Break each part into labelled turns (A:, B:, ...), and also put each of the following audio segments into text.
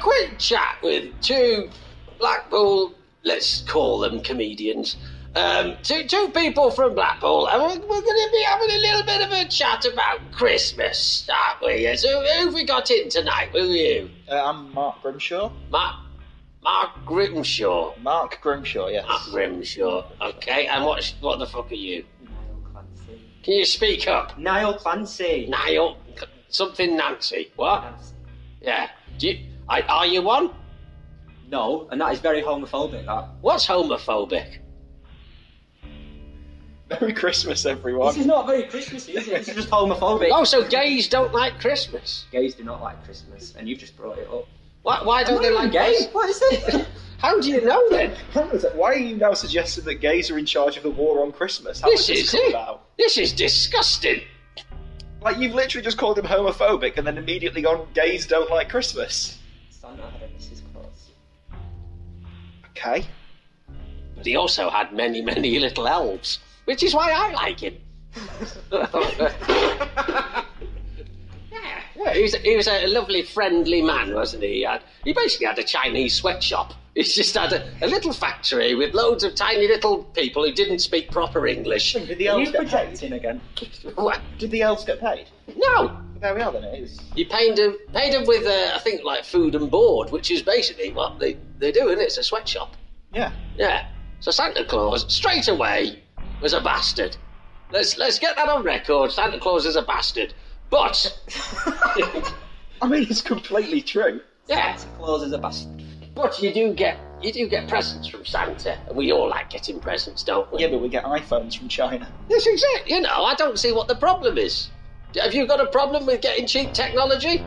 A: great chat with two Blackpool, let's call them comedians, um, two, two people from Blackpool, and we're, we're going to be having a little bit of a chat about Christmas, aren't we? So who have we got in tonight? Who are you?
B: Uh, I'm Mark Grimshaw.
A: Mark, Mark Grimshaw.
B: Mark Grimshaw, yes.
A: Mark Grimshaw. Okay, and what, what the fuck are you? Can you speak up?
C: Niall Clancy.
A: Niall, something Nancy. What? Yeah. Do you, I, are you one?
C: No, and that is very homophobic. That.
A: What's homophobic?
B: Merry Christmas,
C: This
B: everyone.
C: is not very Christmassy, is it? This is just homophobic.
A: Oh, so gays don't like Christmas.
C: Gays do not like Christmas, and you've just brought it up.
A: Why, why don't they like
C: gays?
A: Christmas?
C: What is it?
A: How do you know then?
B: Why are you now suggesting that gays are in charge of the war on Christmas? How
A: This
B: did
A: is
B: come
A: it.
B: about?
A: This is disgusting.
B: Like, you've literally just called him homophobic and then immediately gone, gays don't like Christmas.
C: Santa had a Mrs. Claus.
B: Okay.
A: But he also had many, many little elves, which is why I like him. Yeah, yeah, he was, he was a lovely, friendly man, wasn't he? He, had, he basically had a Chinese sweatshop. He's just had a, a little factory with loads of tiny little people who didn't speak proper English.
B: Did the
C: Are
B: elves
C: you
B: get paid?
C: projecting again?
A: What?
B: Did the elves get paid?
A: No,
B: But there we are then, it is.
A: you paid him, paid him with, uh, I think, like food and board, which is basically what they, they do, and it's a sweatshop.
B: Yeah.
A: Yeah. So Santa Claus, straight away, was a bastard. Let's, let's get that on record. Santa Claus is a bastard. But,
B: I mean, it's completely true.
A: yeah,
C: Santa Claus is a bastard.
A: But you do get you do get presents from Santa, and we all like getting presents, don't we?
B: Yeah, but we get iPhones from China.
A: This is it. You know, I don't see what the problem is. Have you got a problem with getting cheap technology?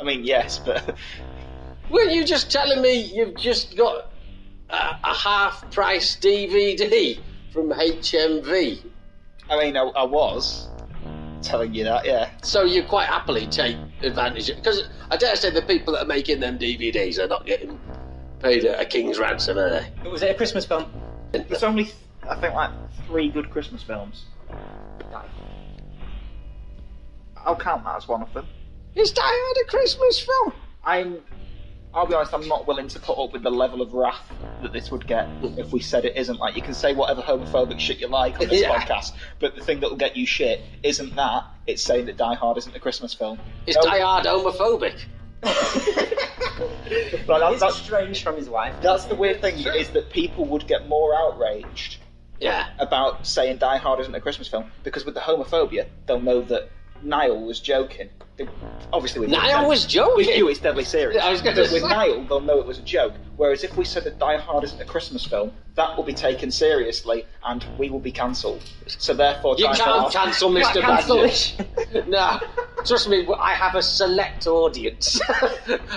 B: I mean, yes, but
A: Were you just telling me you've just got a, a half-price DVD from HMV,
B: I mean, I, I was telling you that, yeah.
A: so you quite happily take advantage of? Because I dare say the people that are making them DVDs are not getting paid a, a king's ransom, are they?
C: Was it a Christmas film?
B: There's only, th- I think, like three good Christmas films. I'll count that as one of them.
A: Is Die Hard a Christmas film?
B: I'm. I'll be honest. I'm not willing to put up with the level of wrath that this would get if we said it isn't. Like, you can say whatever homophobic shit you like on this
A: Yeah.
B: podcast, but the thing that will get you shit isn't that. It's saying that Die Hard isn't a Christmas film.
A: Is
B: No,
A: Die Hard homophobic?
B: but that-
C: He's
B: that's,
C: estranged from his wife.
B: that's the weird thing is that people would get more outraged
A: Yeah.
B: about saying Die Hard isn't a Christmas film because with the homophobia, they'll know that Niall was joking. They- obviously, with
A: Niall was
B: with
A: joking.
B: you, it's deadly serious.
A: I was gonna
B: But with
A: say.
B: Niall, they'll know it was a joke. Whereas if we said that Die Hard isn't a Christmas film, that will be taken seriously and we will be cancelled. So therefore,
A: You
B: Die
A: can't
B: Hard.
A: cancel Mr.
B: can't cancel
A: Badger. no, trust me, I have a select audience.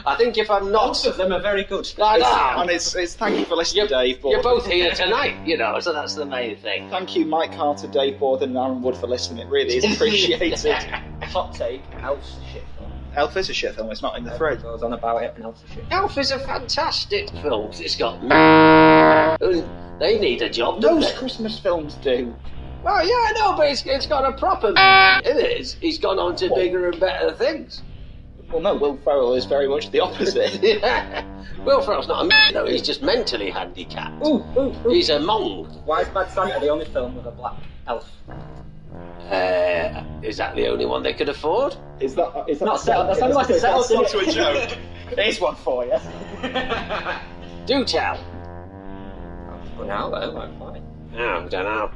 A: I think if I'm not,
C: Most of them are very good.
A: I
B: It's-
A: know.
B: and it's, it's thank you for listening,
A: You're,
B: Dave. But
A: you're both here tonight, you know, so that's the main thing.
B: Thank you, Mike Carter, Dave Borden, and Aaron Wood for listening. It really is appreciated.
C: Hot take, Elf's a shit film.
B: Elf is a shit film. It's not in the thread.
C: Everyone goes on about it, and Elf's a shit film.
A: Elf is a fantastic film. It's got. They need a job, don't
B: Those
A: they?
B: Christmas films do.
A: Well, yeah, I know, but it's, it's got a proper in it. It's, he's gone on to
B: What?
A: bigger and better things.
B: Well, no, Will Ferrell is very much the opposite.
A: yeah. Will Ferrell's not a though. He's just mentally handicapped.
C: Ooh, ooh, ooh.
A: He's a monk.
C: Why is Bad Santa the only film with a black elf?
A: Uh, is that the only one they could afford?
B: is
A: Oh,
B: that is that
C: Not settled. That sounded like a settled,
B: That's not
C: didn't
B: to a joke. Here's one for you.
A: Do tell.
C: But now, though, I'm fine.
A: Oh, I don't know.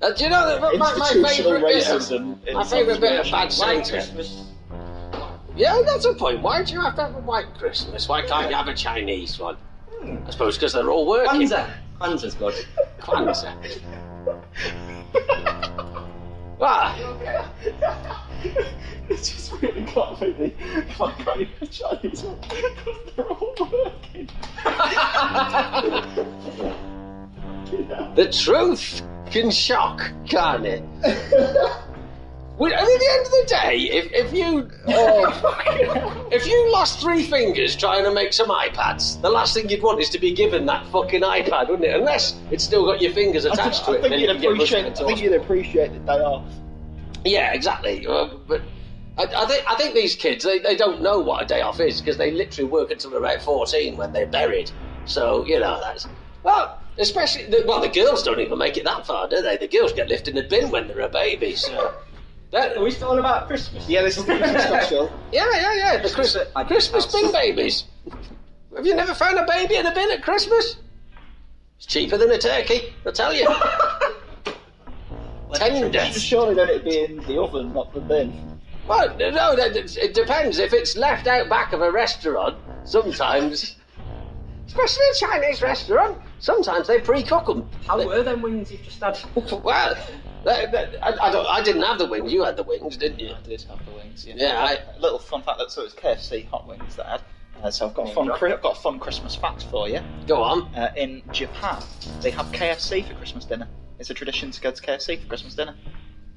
A: Uh, do you know that my, my
B: Institutional
A: favourite bit of,
B: racism. in
A: my favourite bit of
B: Sandwich
A: Bad
C: White
A: Santa?
C: Christmas.
A: Yeah, that's a point. Why do you have to have a white Christmas? Why can't you have a Chinese one? I suppose because they're all working.
C: Kwanzaa. Kwanzaa's good.
A: Kwanzaa. Ah,
B: it's just really can't be the can't be the Chinese one because they're all working.
A: the truth can shock, can't it? Well, and at the end of the day, if, if you
B: Oh.
A: uh, if you lost three fingers trying to make some iPads, the last thing you'd want is to be given that fucking iPad, wouldn't it? Unless it's still got your fingers
B: I
A: attached
B: think,
A: to it.
B: I think
A: then
B: you'd
A: you can get
B: appreciate. I
A: rusted
B: think
A: to
B: you'd appreciate the day off.
A: it. Yeah, exactly. Uh, but I, I think I think these kids they, they don't know what a day off is because they literally work until they're about fourteen when they're buried. So you know that's well, especially the, well the girls don't even make it that far, do they? The girls get left in the bin when they're a baby. So that,
C: Are we still on about Christmas?
B: Yeah, this is the Christmas special.
A: yeah, yeah, yeah. The Chris,
B: I did
A: Christmas
B: have-
A: bin babies. Have you never found a baby in a bin at Christmas? It's cheaper than a turkey, I tell you. Tender.
B: Surely then it'd be in the oven, not the bin.
A: Well, no, that, it depends. If it's left out back of a restaurant, sometimes, especially a Chinese restaurant, sometimes they pre-cook them.
C: How were them wings you've just had?
A: Well, that, that, I, I, don't, I didn't have the wings. You had the wings, didn't you?
B: I did have the wings. Yeah.
A: Yeah, I-
B: A little fun fact that so it was KFC hot wings that I had. Uh, so I've got a fun,
C: Name
B: cri- I've got a fun Christmas fact for you.
A: Go on.
B: Uh, in Japan, they have KFC for Christmas dinner. It's a tradition to go to KFC for Christmas dinner.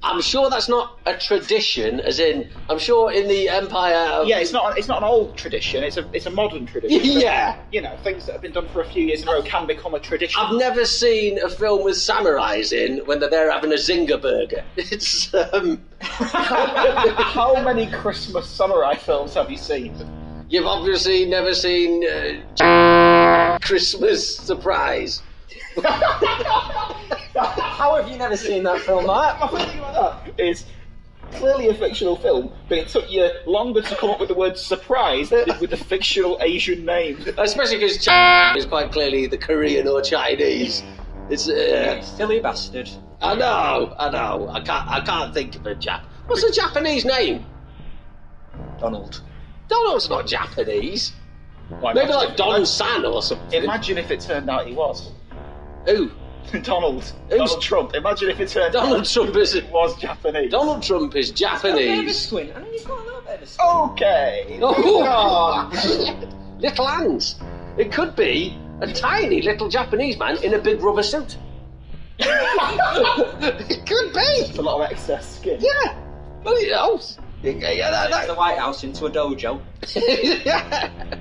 A: I'm sure that's not a tradition, as in, I'm sure in the empire. Of,
B: Yeah, it's not. It's not an old tradition. It's a. It's a modern tradition. but,
A: Yeah.
B: You know, things that have been done for a few years in a row can become a tradition.
A: I've never seen a film with samurais in when they're there having a zinger burger. It's um,
B: How many Christmas samurai films have you seen?
A: You've obviously never seen uh, Christmas Surprise.
C: How have you never seen that film, Mark?
B: My thing about that is clearly a fictional film, but it took you longer to come up with the word surprise than it did with the fictional Asian name.
A: Especially because Ch- is quite clearly the Korean or Chinese. It's uh,
C: Silly bastard.
A: I know, I know. I can't, I can't think of a Jap. What's a Japanese name?
C: Donald.
A: Donald's not Japanese.
B: Why,
A: Maybe
B: imagine
A: like
B: if-
A: Don San or something.
B: Imagine if it turned out he was
A: Who?
B: Donald. Donald Trump. Imagine if it turned
A: Donald
B: out
A: Trump is
B: it was Japanese.
A: Donald Trump is Japanese.
C: I mean, you've got a little bit of a squint.
B: Okay.
A: Oh,
B: God.
A: little hands. It could be a tiny little Japanese man in a big rubber suit. it could be.
B: It's a lot of excess skin.
A: Yeah. Well, you know. Yeah, yeah, that- Oh, that-
C: It's the White House into a dojo.
A: yeah.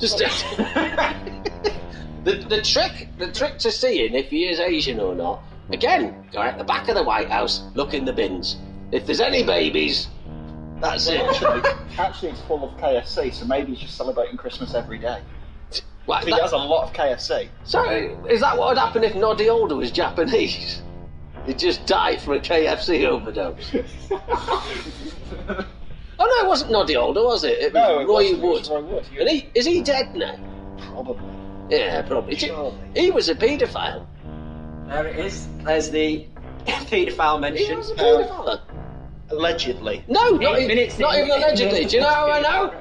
A: Just the the trick the trick to seeing if he is Asian or not. Again, go at the back of the White House, look in the bins. If there's any babies, that's it.
B: Actually, it's full of KFC, so maybe he's just celebrating Christmas every day.
A: Well,
B: He
A: that-
B: has a lot of KFC.
A: so is that what would happen if Noddy Older was Japanese? He'd just die from a KFC overdose. Oh no, it wasn't Noddy Older, was it? It was
B: no, it
A: Roy
B: wasn't. It
A: Wood.
B: was Roy Wood.
A: And he is he dead now?
B: Probably.
A: Yeah, probably. He-
B: Surely.
A: He was a paedophile.
C: There it is. There's the paedophile
A: He
C: mention.
A: was a
B: Oh.
A: paedophile.
B: Allegedly.
A: No, not,
C: Eight
A: e-
C: minutes
A: not
C: in,
A: even allegedly. Do you know how I know?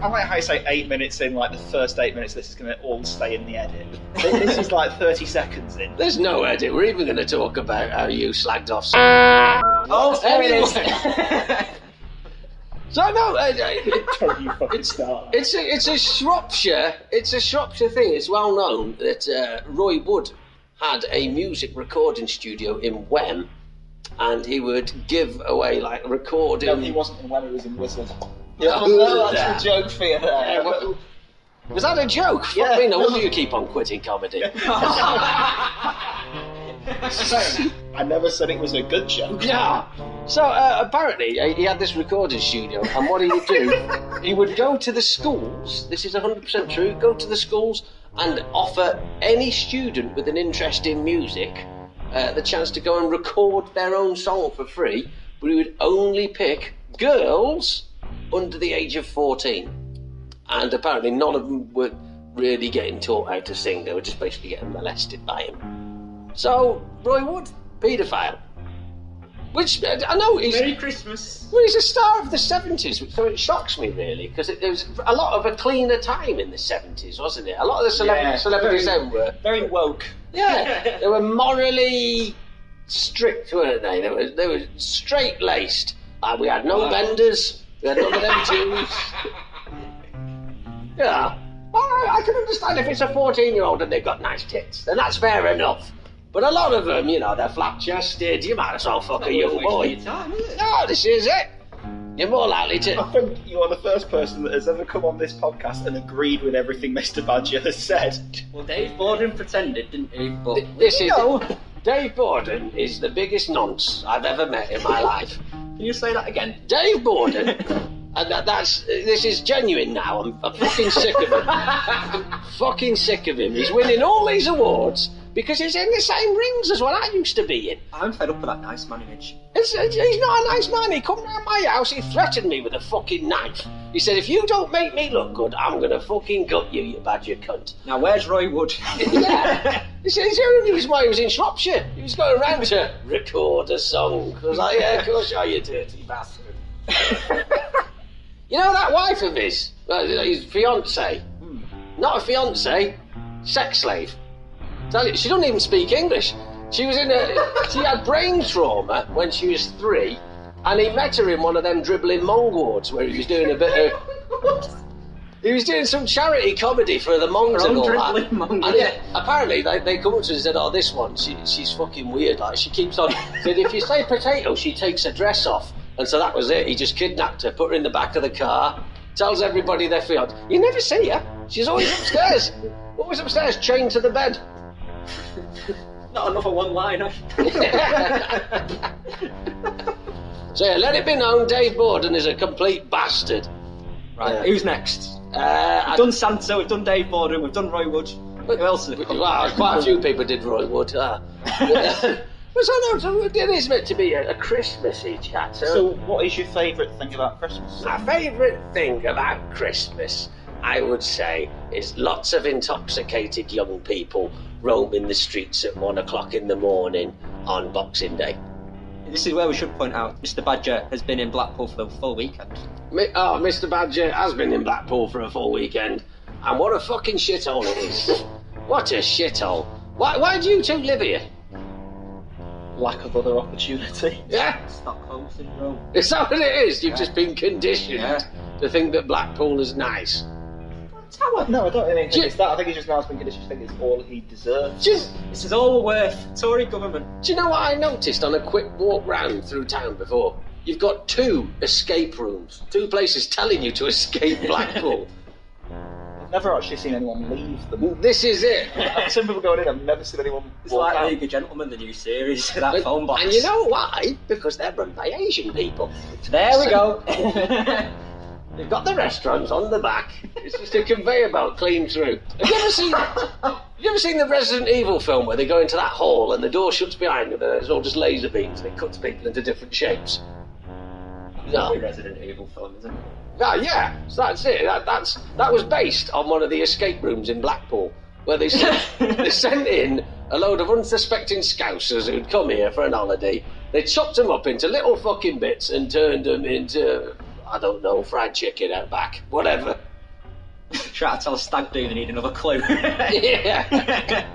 B: I like how you say eight minutes in, like the first eight minutes, this is going to all stay in the edit. this is like 30 seconds in.
A: There's no edit. We're even going to talk about how you slagged off. s-
C: Oh, there it is.
A: So no, uh, uh,
B: Don't you fucking
A: It's-
B: start.
A: it's a it's a Shropshire it's a Shropshire thing. It's well known that uh, Roy Wood had a music recording studio in Wem, and he would give away like recording.
B: No, he wasn't in when he was in Wizard.
A: Yeah.
B: Oh, that's a joke for you there.
A: Yeah, what- Was that a joke? Fuck
B: Yeah.
A: me, no wonder you keep on quitting comedy.
B: I never said it was a good joke.
A: Yeah. So uh, apparently uh, he had this recording studio, and what he would do, he would go to the schools. This is 100% true. Go to the schools and offer any student with an interest in music uh, the chance to go and record their own song for free. But he would only pick girls under the age of 14, and apparently none of them were really getting taught how to sing. They were just basically getting molested by him. So Roy Wood, paedophile. Which uh, I know he's
C: Merry Christmas.
A: well, he's a star of the seventies, so it shocks me really because it, there was a lot of a cleaner time in the seventies, wasn't it? A lot of the cele-
B: Yeah.
A: celebrities then were
B: Very woke.
A: yeah, they were morally strict, weren't they? They were they were straight laced. Uh, we had no benders, we had none of them Jews. Yeah, Well, I, I can understand if it's a fourteen-year-old and they've got nice tits, then that's fair enough. But a lot of them, you know, they're flat-chested. You might as well fuck a young boy. No, this is it. You're more likely
B: I
A: to.
B: think you are the first person that has ever come on this podcast and agreed with everything Mr. Badger has said.
C: Well, Dave Borden pretended, didn't he? But
A: This is
B: No.
A: Dave Borden is the biggest nonce I've ever met in my life.
C: Can you say that again?
A: Dave Borden. and that, that's this is genuine now. I'm, I'm fucking sick of him. I'm fucking sick of him. He's winning all these awards because he's in the same rings as what I used to be in.
C: I'm fed up with that nice man image.
A: It's, it's- he's not a nice man. He come round my house. He threatened me with a fucking knife. He said, "If you don't make me look good, I'm gonna fucking gut you, you badger cunt."
C: Now, where's Roy Wood?
A: Yeah. He said, "It's the only reason why he was in Shropshire. He was going around to record a song." I was like, "Yeah, of course, you are you dirty bastard." You know that wife of his, uh, his fiance, not a fiance, sex slave. Tell you, she doesn't even speak English. She was in a, she had brain trauma when she was three, and he met her in one of them dribbling Mong wards where he was doing a bit of. He was doing some charity comedy for the Monks and all that.
C: Dribbling Monks,
A: and he-
C: yeah.
A: apparently, they, they come up to us and said, "Oh, this one, she, she's fucking weird. Like she keeps on." said, "If you say potato, she takes her dress off." And so that was it. He just kidnapped her, put her in the back of the car, tells everybody they're fiancé. You never see her. She's always upstairs. always upstairs, chained to the bed.
C: Not another one liner.
A: So yeah, let it be known, Dave Borden is a complete bastard.
C: right,
A: Yeah.
C: who's next?
A: Uh, I-
C: We've done Santa, we've done Dave Borden, we've done Roy Wood. Who else? Is
A: Well, quite a few people did Roy Wood. Uh, yeah. But so no, it is meant to be a, a Christmassy chat. So,
B: So, what is your favourite thing about Christmas?
A: my favourite thing about Christmas, I would say, is lots of intoxicated young people roaming the streets at one o'clock in the morning on Boxing Day.
C: This is where we should point out Mr. Badger has been in Blackpool for the full weekend.
A: Mi- Oh, Mr. Badger has been in Blackpool for a full weekend, and what a fucking shithole it is! what a shithole! Why, why do you two live here?
B: Lack of other opportunity.
A: Yeah.
C: Stockholm syndrome.
A: Is that what it is? You've just been conditioned
C: Yeah.
A: to think that Blackpool is nice.
B: Tower? No, I don't think
A: Ju-
B: it's that. I think he just now been conditioned. I think it's all he deserves.
A: Do you,
C: This is all we're worth. Tory government.
A: do you know what I noticed on a quick walk round through town before? You've got two escape rooms, two places telling you to escape Blackpool.
B: I've never actually seen anyone leave them.
A: this is it.
B: I've seen people going in. I've never seen anyone.
C: It's
B: walk
C: like
B: out.
C: League of Gentlemen, the new series. That
A: But-
C: phone box.
A: and you know why? Because they're run by Asian people.
C: There we go.
A: They've got the restaurants on the back. It's just a conveyor belt clean through. Have you ever seen? have you ever seen the Resident Evil film where they go into that hall and the door shuts behind them and it's all just laser beams and it cuts people into different shapes? No.
C: Resident Evil film, isn't it?
A: Ah, yeah. So that's it. That, that's that was based on one of the escape rooms in Blackpool where they sent, they sent in a load of unsuspecting scousers who'd come here for an holiday. They chopped them up into little fucking bits and turned them into I don't know fried chicken out back, whatever.
C: Try to tell a stag do they need another clue.
A: yeah.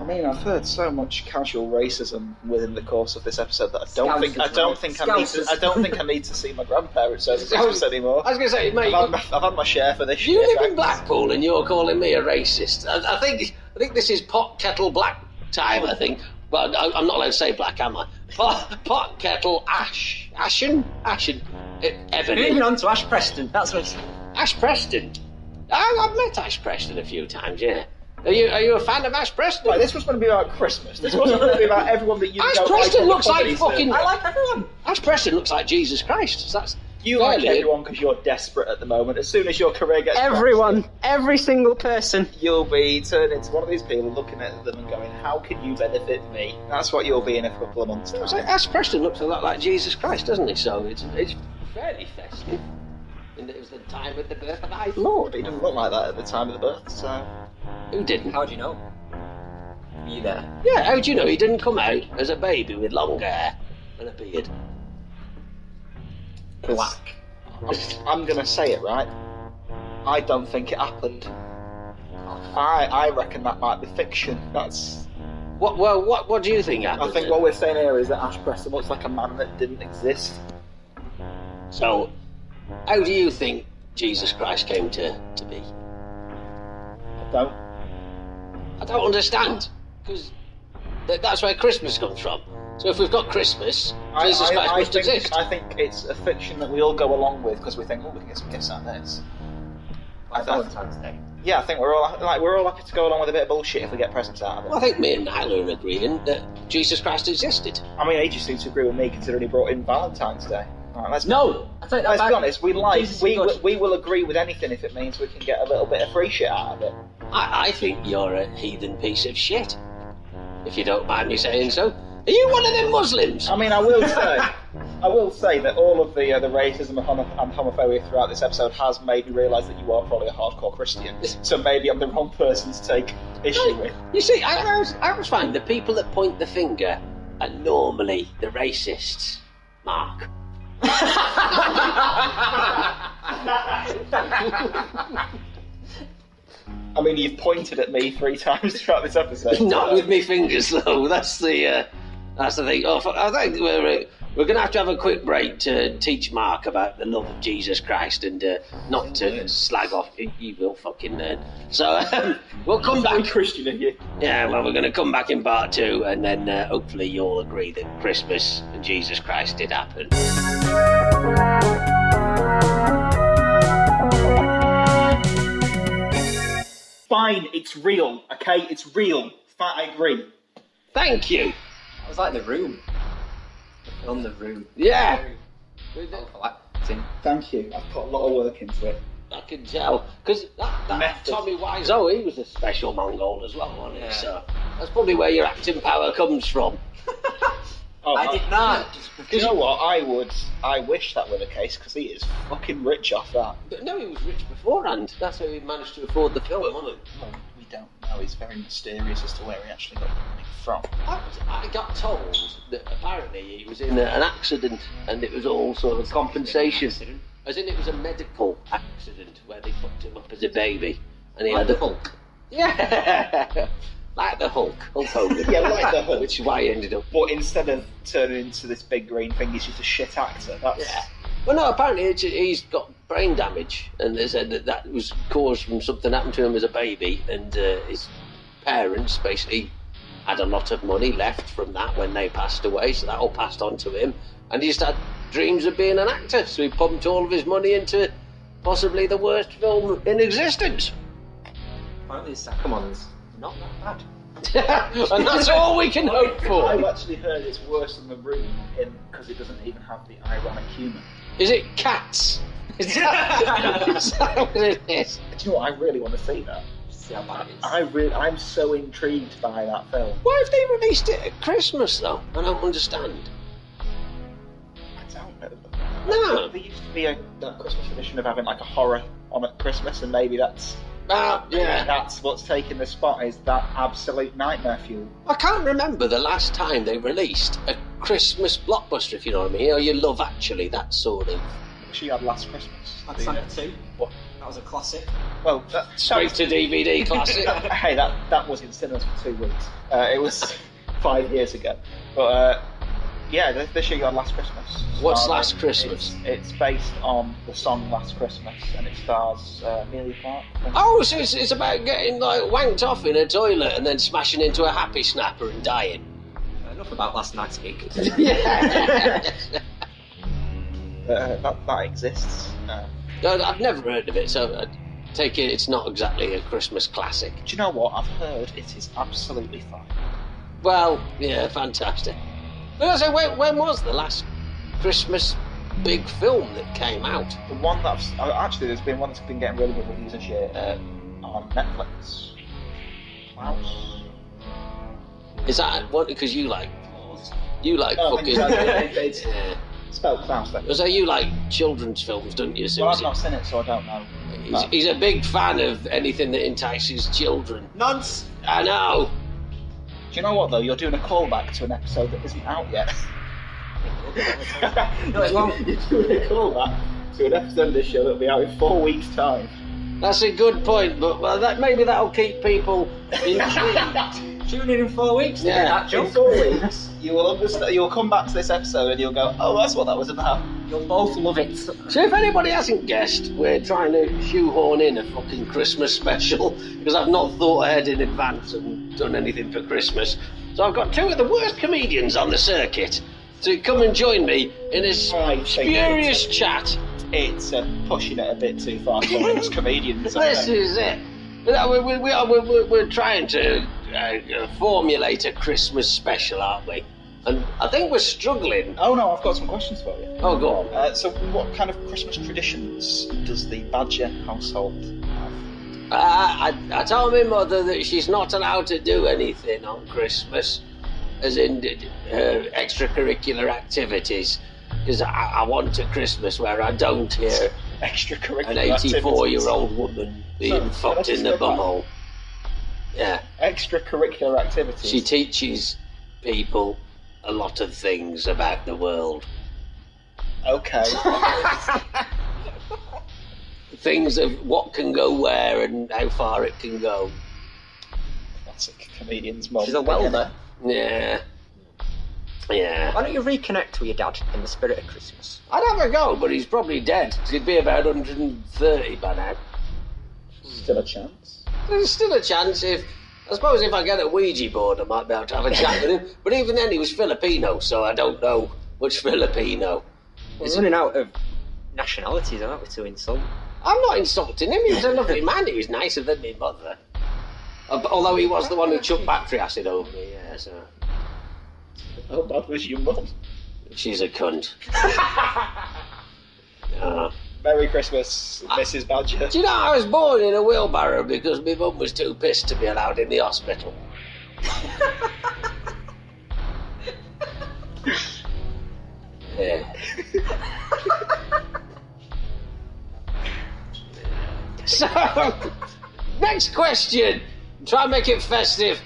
B: I mean, I've heard so much casual racism within the course of this episode that I don't
C: Scousers,
B: think I don't
C: right?
B: think I need to
C: Scousers.
B: I don't think I need to see my grandparents over
A: I was
B: Christmas anymore.
A: I was gonna say, mate,
B: I've had, my, I've had my share for this
A: you
B: year.
A: live in
B: thanks.
A: Blackpool and you're calling me a racist. I, I think I think this is pot kettle black time. I think, but I, I'm not allowed to say black, am I? Pot, pot kettle ash, ashen, ashen, eh,
C: Moving
A: ebony,
C: on to Ash Preston. That's what.
A: Ash Preston. I, I've met Ash Preston a few times. Yeah. Are you are you a fan of Ash Preston?
B: Right, this was going to be about Christmas. This wasn't going to be about everyone that you.
A: Ash
B: know
A: Preston
B: like
A: looks
B: on the
A: like
B: company's
A: fucking-
B: name.
C: I like everyone.
A: Ash Preston looks like Jesus Christ. So that's
B: You like
A: fairly-
B: everyone because you're desperate at the moment. As soon as your career gets
C: every single person.
B: you'll be turned into one of these people looking at them and going, "How can you benefit me?" That's what you'll be in a couple of months.
A: So
B: Time.
A: Ash Preston looks a lot like Jesus Christ, doesn't he? So it's it's fairly festive. And it was the time of the birth of our
B: But
A: Lord.
B: he doesn't look like that at the time of the birth. So
A: Who didn't?
C: How do you know? You there?
A: Yeah, how do you know he didn't come out as a baby with long hair and a beard?
B: Black. I'm, I'm gonna say it right. I don't think it happened. I I reckon that might be fiction. That's.
A: What? Well, what? What do you think
B: I
A: happened?
B: think
A: then?
B: what we're saying here is that Ash Preston looks like a man that didn't exist.
A: so, how do you think Jesus Christ came to to be?
B: I don't.
A: I don't understand because th- that's where Christmas comes from. So if we've got Christmas,
B: I,
A: Jesus Christ
B: I, I,
A: must
B: think,
A: exist.
B: I think it's a fiction that we all go along with because we think, oh, we can get some gifts out of this. I, I,
C: Day.
B: yeah, I think we're all like we're all happy to go along with a bit of bullshit if we get presents out of
A: Well, I
B: it.
A: think me and Nyla are agreeing that Jesus Christ existed.
B: I mean, Aegis seems to agree with me considering he brought in Valentine's Day. Alright, let's,
D: No, I take that
B: let's
D: back.
B: be honest. We like
D: Jesus is
B: we,
D: good.
B: we we will agree with anything if it means we can get a little bit of free shit out of it.
A: I, I think you're a heathen piece of shit. If you don't mind me saying so. Are you one of them Muslims?
B: I mean, I will say, I will say that all of the uh, the racism and, homo- and homophobia throughout this episode has made me realise that you are probably a hardcore Christian. So maybe I'm the wrong person to take issue with.
A: You see, I, I, always, I always find the people that point the finger are normally the racists. Mark.
B: I mean, you've pointed at me three times throughout this episode.
A: Not
B: so-
A: with me fingers though. That's the uh, that's the thing. Oh, fuck, I think we're uh, we're gonna have to have a quick break to teach Mark about the love of Jesus Christ and uh, not to slag off you, you will fucking nerd. So um, we'll come
B: I'm
A: back.
B: Christian in you.
A: Yeah, well, we're gonna come back in part two, and then uh, hopefully you'll agree that Christmas and Jesus Christ did happen.
B: Fine, it's real, okay? It's real. Fine, I agree.
A: Thank you.
C: It was like the room. On the room.
A: Yeah,
C: Like, it's in-
B: Thank you. I've put a lot of work into it.
A: I can tell because that, that
B: Method.
A: Tommy Wiseau, he was a special Mongol as well, wasn't he?
C: Yeah.
A: So that's probably where your acting power comes from.
B: Oh,
C: I did
A: Ah.
C: not.
B: Do you know what? I would. I wish that were the case because he is fucking rich off that.
A: But no, he was rich beforehand. That's how he managed to afford the film, wasn't it?
B: Well, we don't know. It's very mysterious as to where he actually got the money from.
A: I, was- I got told that apparently he was in a, an accident and it was all sort of compensation. As in, it was a medical accident where they fucked him up as a baby. And he
C: Like
A: had
C: the
A: a.
C: Hulk.
A: Yeah! like the Hulk. Hulk Hogan.
B: Yeah, like the Hulk.
A: Which is why he ended up.
B: But instead of turning into this big green thing, he's just a shit actor. That's
A: Yeah. Well, no, apparently it's, he's got brain damage, and they said that that was caused from something happened to him as a baby, and uh, his parents basically had a lot of money left from that when they passed away, so that all passed on to him, and he just had dreams of being an actor, so he pumped all of his money into possibly the worst film in existence.
C: Apparently, the Sakamon's not that bad.
A: and that's all we can hope
B: I've
A: for.
B: actually heard it's worse than the room in because it doesn't even have the ironic humour.
A: Is it cats? Is that, is that what it is?
B: Do you know what? I really want to see that.
C: See how bad it is.
B: I really, I'm so intrigued by that film.
A: Why have they released it at Christmas though? I don't understand.
B: I don't know.
A: No.
B: There used to be a that Christmas tradition of having like a horror on at Christmas, and maybe that's
A: Ah, yeah.
B: that's what's taking the spot is that absolute nightmare fuel.
A: I can't remember the last time they released a Christmas blockbuster, if you know what I mean. Or you love actually that sort of.
B: She had last Christmas.
C: That's Santa 2. That was a classic.
B: Well, that,
A: Straight to DVD classic.
B: that- hey, that that was in cinemas for two weeks. Uh, it was five years ago, but uh, yeah, this, this year you had Last Christmas.
A: What's
B: Starring-
A: Last Christmas?
B: It's, it's based on the song Last Christmas, and it stars uh, Amelia Clark.
A: oh, so it's, it's about getting like wanked off in a toilet and then smashing into a happy snapper and dying.
C: Uh, Enough about last night's gig.
A: Yeah.
B: Uh, that that exists. Uh,
A: No, I've never heard of it, so I take it it's not exactly a Christmas classic.
B: do you know what? I've heard it is absolutely fine.
A: Well, yeah, fantastic. But I say, when, when was the last Christmas big film that came out?
B: The one that I've, s- oh, actually there's been one that's been getting really good reviews this year uh, on Netflix. Klaus.
A: Is that what? Because you like, you like
B: Oh,
A: fucking.
B: exactly. It's-
A: Yeah.
B: Spelled Klaus. Though.
A: So you like children's films, don't you,
B: Well, I've
A: Susie?
B: not seen it, so I don't know.
A: he's, he's a big fan of anything that entices children.
C: Nonce!
A: I know.
B: Do you know what though? You're doing a callback to an episode that isn't out yet.
C: No, it won't.
B: You're doing a callback to an episode of this show that'll be out in four weeks' time.
A: That's a good point, but well, that maybe that'll keep people intrigued.
C: Tune in in four weeks.
A: Yeah.
C: That
B: in
C: joke.
B: four weeks, you will understand. You'll come back to this episode and you'll go, "Oh, that's what that was about."
C: You'll both love it.
A: so if anybody hasn't guessed, we're trying to shoehorn in a fucking Christmas special because I've not thought ahead in advance and done anything for Christmas. So I've got two of the worst comedians on the circuit to come and join me in this
B: I think
A: spurious chat
B: it's, it's uh, pushing it a bit too far. Some of us comedians. I
A: This
B: think.
A: is it. No, we, we, we are, we're, we're, we're trying to uh, formulate a Christmas special, aren't we? And I think we're struggling.
B: Oh no, I've got some questions for you.
A: Oh, go on.
B: Uh, so, what kind of Christmas traditions does the Badger household have?
A: Uh, I, I told my mother that she's not allowed to do anything on Christmas, as in uh, extracurricular activities, because I, I want a Christmas where I don't hear
B: Extracurricular
A: an 84
B: activities.
A: year old woman being
B: So,
A: fucked
B: let's
A: in the
B: go back.
A: bumhole. Yeah,
B: Extracurricular activities.
A: she teaches people a lot of things about the world.
B: okay.
A: Things of what can go where and how far it can go.
B: Classic comedian's mom.
C: She's a welder.
A: Yeah. Yeah.
C: Why don't you reconnect with your dad in the spirit of Christmas?
A: I'd have a go, but he's probably dead. He'd be about 130 by now.
B: Still a chance.
A: There's still a chance if. I suppose if I get a Ouija board, I might be able to have a chat with him. But even then, he was Filipino, so I don't know which Filipino.
C: We're running out of nationalities, aren't we, to insult?
A: I'm not insulting him. He was a lovely man. He was nicer than my mother. Uh, but Although he was the one who chucked battery acid over me, yeah, so.
B: How bad Oh, was your mum?
A: She's a cunt. Uh,
B: Merry Christmas, Mrs. Badger.
A: do you know, I was born in a wheelbarrow because my mum was too pissed to be allowed in the hospital. yeah. so, next question. Try and make it festive.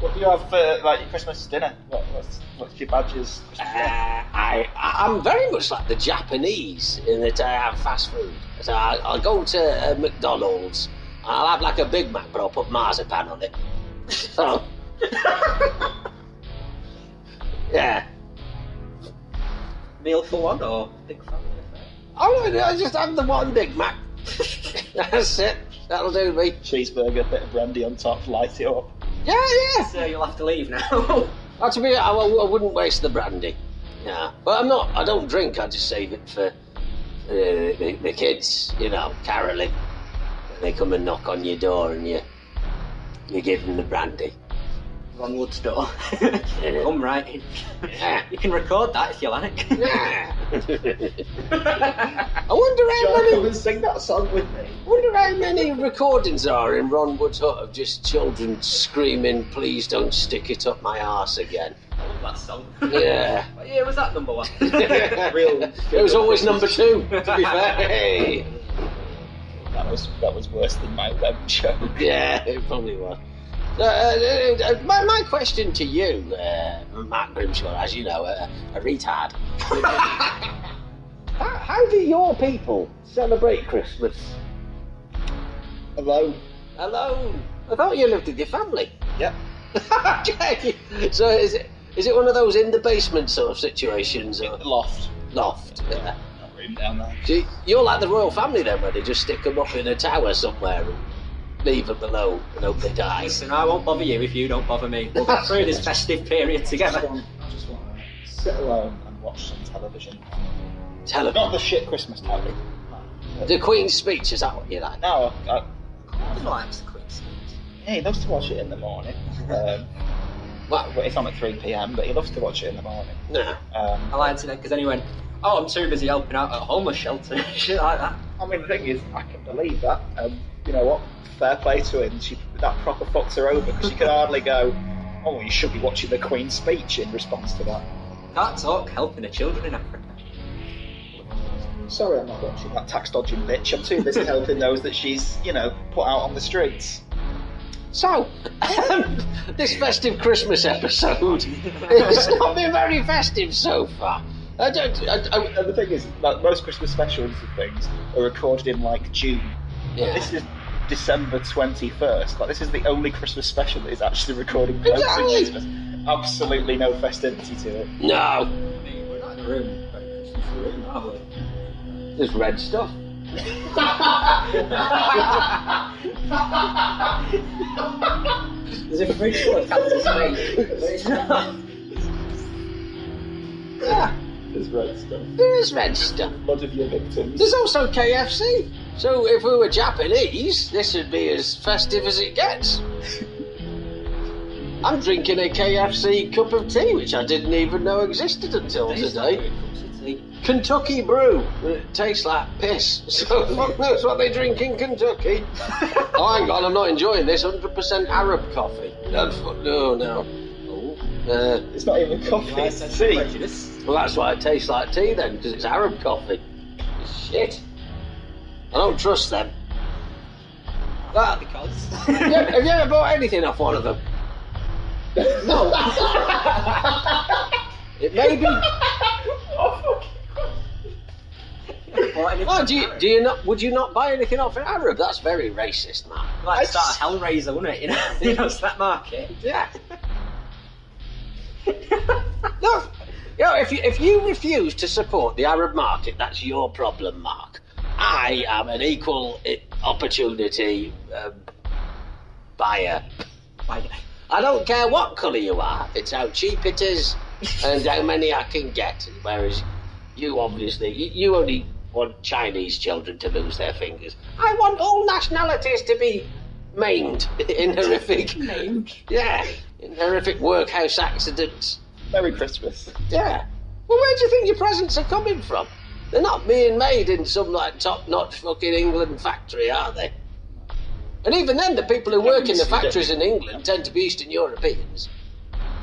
B: What do you have for like your Christmas dinner? What, what's, what's your Badger's Christmas dinner?
A: Uh, I, I- I'm very much like the Japanese in that I have fast food. So I, I'll go to uh, McDonald's. I'll have like a Big Mac, but I'll put marzipan on it. So, yeah.
C: Meal for one or big family affair?
A: I'll, I'll just have the one Big Mac. That's it. That'll do me.
B: Cheeseburger, bit of brandy on top, light it up.
A: Yeah, yeah.
C: So you'll have to leave now.
A: Oh, to be, I, I wouldn't waste the brandy. Yeah, but I'm not. I don't drink. I just save it for uh, the, the kids. You know, caroling. They come and knock on your door, and you you give them the brandy.
C: Ron Wood's door. Come right in. You can record that if you like.
A: Yeah. I wonder
B: Do you
A: how
B: want to come
A: many.
B: and sing that song with me?
A: Wonder how many recordings are in Ron Wood's hut of just children screaming, "Please don't stick it up my arse again."
C: I love that song.
A: Yeah.
C: What year was that number one?
B: Real-
A: it was always number two. To be fair. Hey.
B: That was that was worse than my web show.
A: Yeah, it probably was. Uh, uh, uh, my, my question to you, uh, Matt Grimshaw, as you know, uh, a retard. how, how do your people celebrate Christmas?
B: Hello.
A: Alone. I thought you lived with your family.
B: Yep.
A: okay. So is it is it one of those in the basement sort of situations or
B: Loft.
A: loft? Yeah.
B: That room down there.
A: So you're like the royal family then, where they just stick them up in a tower somewhere and leave them alone and hope they die.
C: Listen, I won't bother you if you don't bother me. We'll get through this festive period
B: I just
C: together.
B: want, I just want to sit alone and watch some television.
A: Tell 'em.
B: Not the shit Christmas television.
A: The Queen's speech, is that what you like?
B: No, I, I,
C: Likes the Queen's speech.
B: yeah, he loves to watch it in the morning. Um,
A: Well,
B: well, it's on at 3 pm, but he loves to watch it in the morning.
A: no.
B: Um,
C: I lied to them because then he went, "Oh, I'm too busy helping out at a homeless shelter, shit like that."
B: I mean, the thing is, I can believe that. Um, you know what? Fair play to him. She, that proper fucks her over because she could hardly go, oh, you should be watching the Queen's speech in response to that.
C: Can't talk, helping the children in Africa.
B: Sorry, I'm not watching that tax dodging bitch. I'm too busy helping those that she's, you know, put out on the streets.
A: So, um, this festive Christmas episode, it's not been very festive so far. I don't. I, I,
B: And the thing is, like most Christmas specials and things are recorded in like June.
A: yeah.
B: This is December 21st. Like, this is the only Christmas special that is actually recording close to
A: Exactly.
B: Christmas. Absolutely no festivity to it.
A: No,
C: I mean, we're not in a room, but it's just a room, are we?
A: there's red stuff.
C: There's a fridge full of cactus meat.
A: Yeah,
B: There's red stuff.
A: there is red stuff.
B: Blood of your victims.
A: There's also KFC. So if we were Japanese, this would be as festive as it gets. I'm drinking a KFC cup of tea, which I didn't even know existed until today. Kentucky brew. but It tastes like piss. So fuck knows what they drink in Kentucky. oh, hang on, I'm not enjoying this 100% Arab coffee. No, fuck no, no. Uh,
B: It's not even coffee, it's tea.
C: Prejudice.
A: well, that's why it tastes like tea then, because it's Arab coffee. Shit. I don't trust them. That,
C: Because.
A: Yeah, have you ever bought anything off one of them? No. it may be. Oh, do you, do you not? Would you not buy anything off an Arab? That's very racist, man.
C: Like start a Hellraiser, wouldn't it? You know, you know, it's that market.
A: Yeah. No. You know, if you, if you refuse to support the Arab market, that's your problem, Mark. I am an equal i- opportunity um, buyer.
C: Like,
A: I don't care what colour you are. It's how cheap it is and how many I can get. Whereas you obviously, you, you only want Chinese children to lose their fingers. I want all nationalities to be maimed in horrific, yeah, in horrific workhouse accidents.
B: Merry Christmas.
A: Yeah. Well, where do you think your presents are coming from? They're not being made in some like top-notch fucking England factory, are they? And even then, the people who work in the factories in England tend to be Eastern Europeans.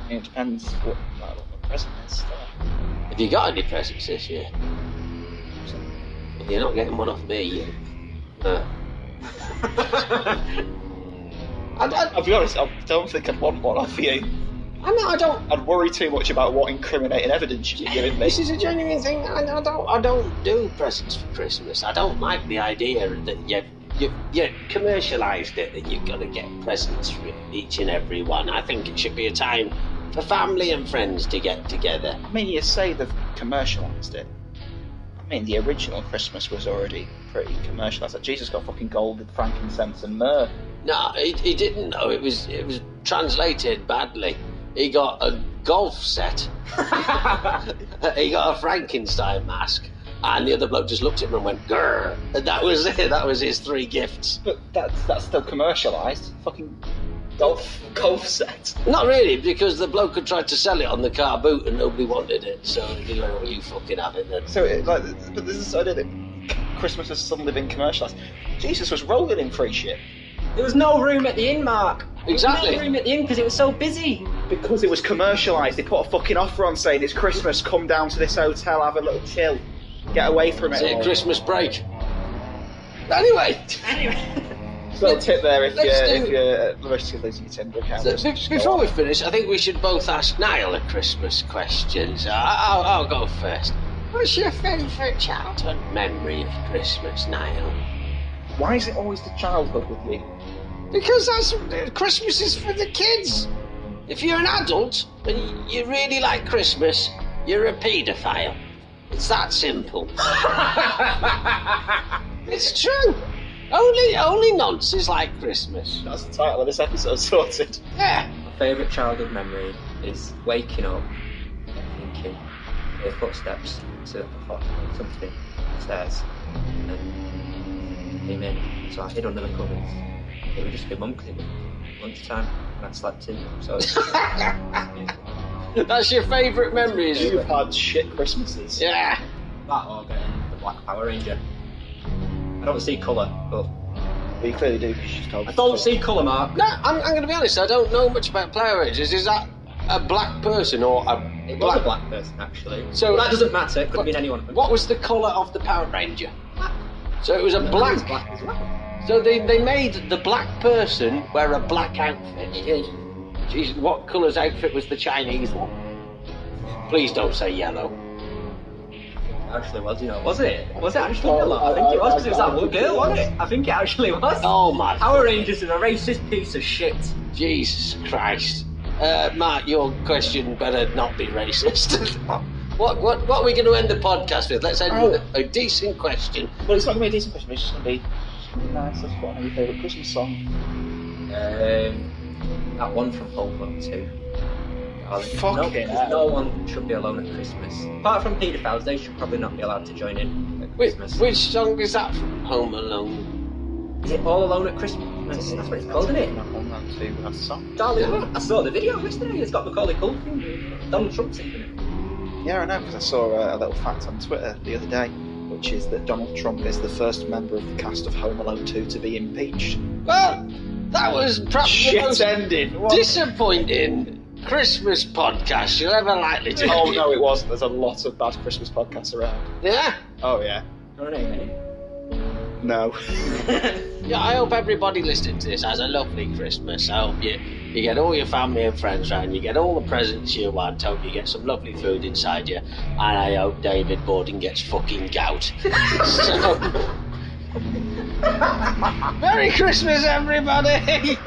B: It depends what my present is.
A: Have you got any presents this year? You're not getting one off me. No. I, I,
B: I'll be honest, I don't think I'd want one off you.
A: I know I don't.
B: I'd worry too much about what incriminating evidence you're giving me.
A: This is a genuine thing. I, I don't. I don't do presents for Christmas. I don't like the idea that you've you've, you've commercialised it that you're gonna get presents for each and every one. I think it should be a time for family and friends to get together.
B: I mean, you say they've commercialised it. I mean, the original Christmas was already pretty commercialised. Like, Jesus got fucking gold with frankincense and myrrh.
A: No, he, he didn't know. It was it was translated badly. He got a golf set. he got a Frankenstein mask, and the other bloke just looked at him and went grrr. And that was it. That was his three gifts.
B: But that's that's still commercialised. Fucking golf golf set.
A: Not really, because the bloke had tried to sell it on the car boot and nobody wanted it. So he like, "Well, you fucking have it then."
B: So it, like, but this is this idea that Christmas has suddenly been commercialised. Jesus was rolling in free shit
C: there was no room at the inn, Mark. There was
A: Exactly.
C: No room at the inn because it was so busy.
B: because it was commercialised. They put a fucking offer on saying it's Christmas. Come down to this hotel, have a little chill, get away from it.
A: Is it
B: all."
A: a Christmas break? Anyway,
C: Anyway.
B: Little tip there if you're,
A: Let's do-
B: if you're uh, at the risk of losing your Tinder account.
A: so
B: just-
A: be-
B: just go
A: before
B: on.
A: we finish, I think we should both ask Niall a Christmas question. So I- I'll, I'll go first. What's your favourite childhood memory of Christmas, Niall?
B: Why is it always the childhood with me?
A: Because that's Christmas is for the kids. If you're an adult and you really like Christmas, you're a paedophile. It's that simple. it's true. Only only nonsense like Christmas.
B: That's the title of this episode sorted.
A: Yeah.
C: My favourite childhood memory is waking up and thinking, hear footsteps, so I thought something upstairs and came in. So I hid under the covers. It would just be mum 'cause it was lunchtime and I slept in. So yeah.
A: That's your favourite memory, is
B: You've
A: it?
B: had shit Christmases.
A: Yeah.
C: that or getting the Black Power Ranger. I don't see colour, but
B: But you clearly do because she's told
C: I don't see colour, Mark.
A: No, I'm, I'm going to be honest. I don't know much about Power Rangers. Is that a black person or a
C: It was a
A: black?
C: black person actually.
A: So-
C: So that doesn't matter. It could have been anyone.
A: What was the colour of the Power Ranger? So it was a
C: Black
A: black.
C: is black as well.
A: So they, they made the black person wear a black outfit. Jesus, what colour's outfit was the Chinese one? Please don't say yellow.
C: Actually, was you know, was it? Was it actually
B: Oh,
C: yellow? I
B: I-
C: think it was
B: I-
C: because it was
B: I-
C: that one girl, wasn't it? I think it actually was.
A: Oh my
C: Power Rangers is a racist piece of shit.
A: Jesus Christ. Uh, Mark, your question better not be racist. what what what are we going to end the podcast with? Let's end with a, a decent question.
B: Well, it's not going to be a decent question, it's just going to be it's gonna be nice. That's what your favourite Christmas song.
C: Um, that one from Pulp Up too. Oh,
B: Fuck
C: no,
B: it.
C: because no one should be alone at Christmas. Apart from paedophiles, they should probably not be allowed to join in at
A: Which, which song is that from? Home Alone.
C: Is it All Alone at Christmas? That's what it's called, isn't it?
D: That's a song.
C: Darling, I saw the video yesterday. It's got Macaulay Culkin, and Donald Trump singing it.
D: Yeah, I know because I saw a, a little fact on Twitter the other day, which is that Donald Trump is the first member of the cast of Home Alone 2 to be impeached.
A: Well, that was perhaps the
B: Shit
A: most
B: ended. What?
A: disappointing Christmas podcast you're ever likely to
B: Oh
A: hear.
B: no, it wasn't. There's a lot of bad Christmas podcasts around.
A: Yeah?
D: Oh yeah.
C: Do you know what I mean?
D: No.
A: Yeah, I hope everybody listening to this has a lovely Christmas. I hope you, you get all your family and friends round, you get all the presents you want, hope you get some lovely food inside you, and I hope David Borden gets fucking gout. so, Merry Christmas, everybody!